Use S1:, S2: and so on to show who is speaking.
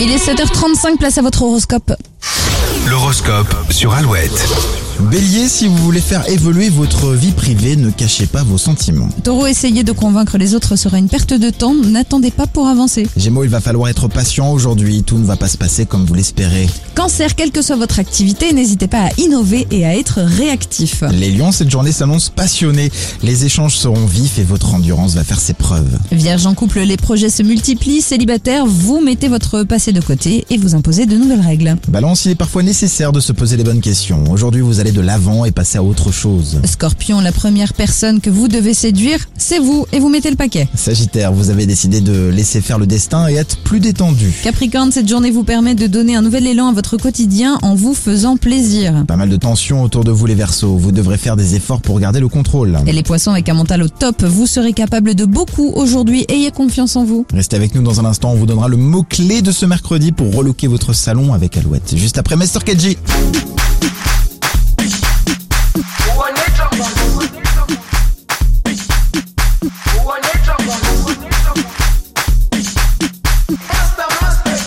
S1: Il est 7h35, place à votre horoscope.
S2: L'horoscope sur Alouette.
S3: Bélier, si vous voulez faire évoluer votre vie privée, ne cachez pas vos sentiments.
S1: Taureau, essayer de convaincre les autres sera une perte de temps, n'attendez pas pour avancer.
S3: Gémeaux, il va falloir être patient aujourd'hui, tout ne va pas se passer comme vous l'espérez.
S1: Cancer, quelle que soit votre activité, n'hésitez pas à innover et à être réactif.
S3: Les lions, cette journée s'annonce passionnée, les échanges seront vifs et votre endurance va faire ses preuves.
S1: Vierge en couple, les projets se multiplient, célibataire, vous mettez votre passé de côté et vous imposez de nouvelles règles.
S3: Balance, il est parfois nécessaire de se poser les bonnes questions. Aujourd'hui, vous allez de l'avant et passer à autre chose.
S1: Scorpion, la première personne que vous devez séduire, c'est vous et vous mettez le paquet.
S3: Sagittaire, vous avez décidé de laisser faire le destin et être plus détendu.
S1: Capricorne, cette journée vous permet de donner un nouvel élan à votre quotidien en vous faisant plaisir.
S3: Pas mal de tensions autour de vous les Verseaux, vous devrez faire des efforts pour garder le contrôle.
S1: Et les poissons avec un mental au top, vous serez capable de beaucoup aujourd'hui, ayez confiance en vous.
S3: Restez avec nous dans un instant, on vous donnera le mot-clé de ce mercredi pour relooker votre salon avec Alouette. Juste après Master Kedji.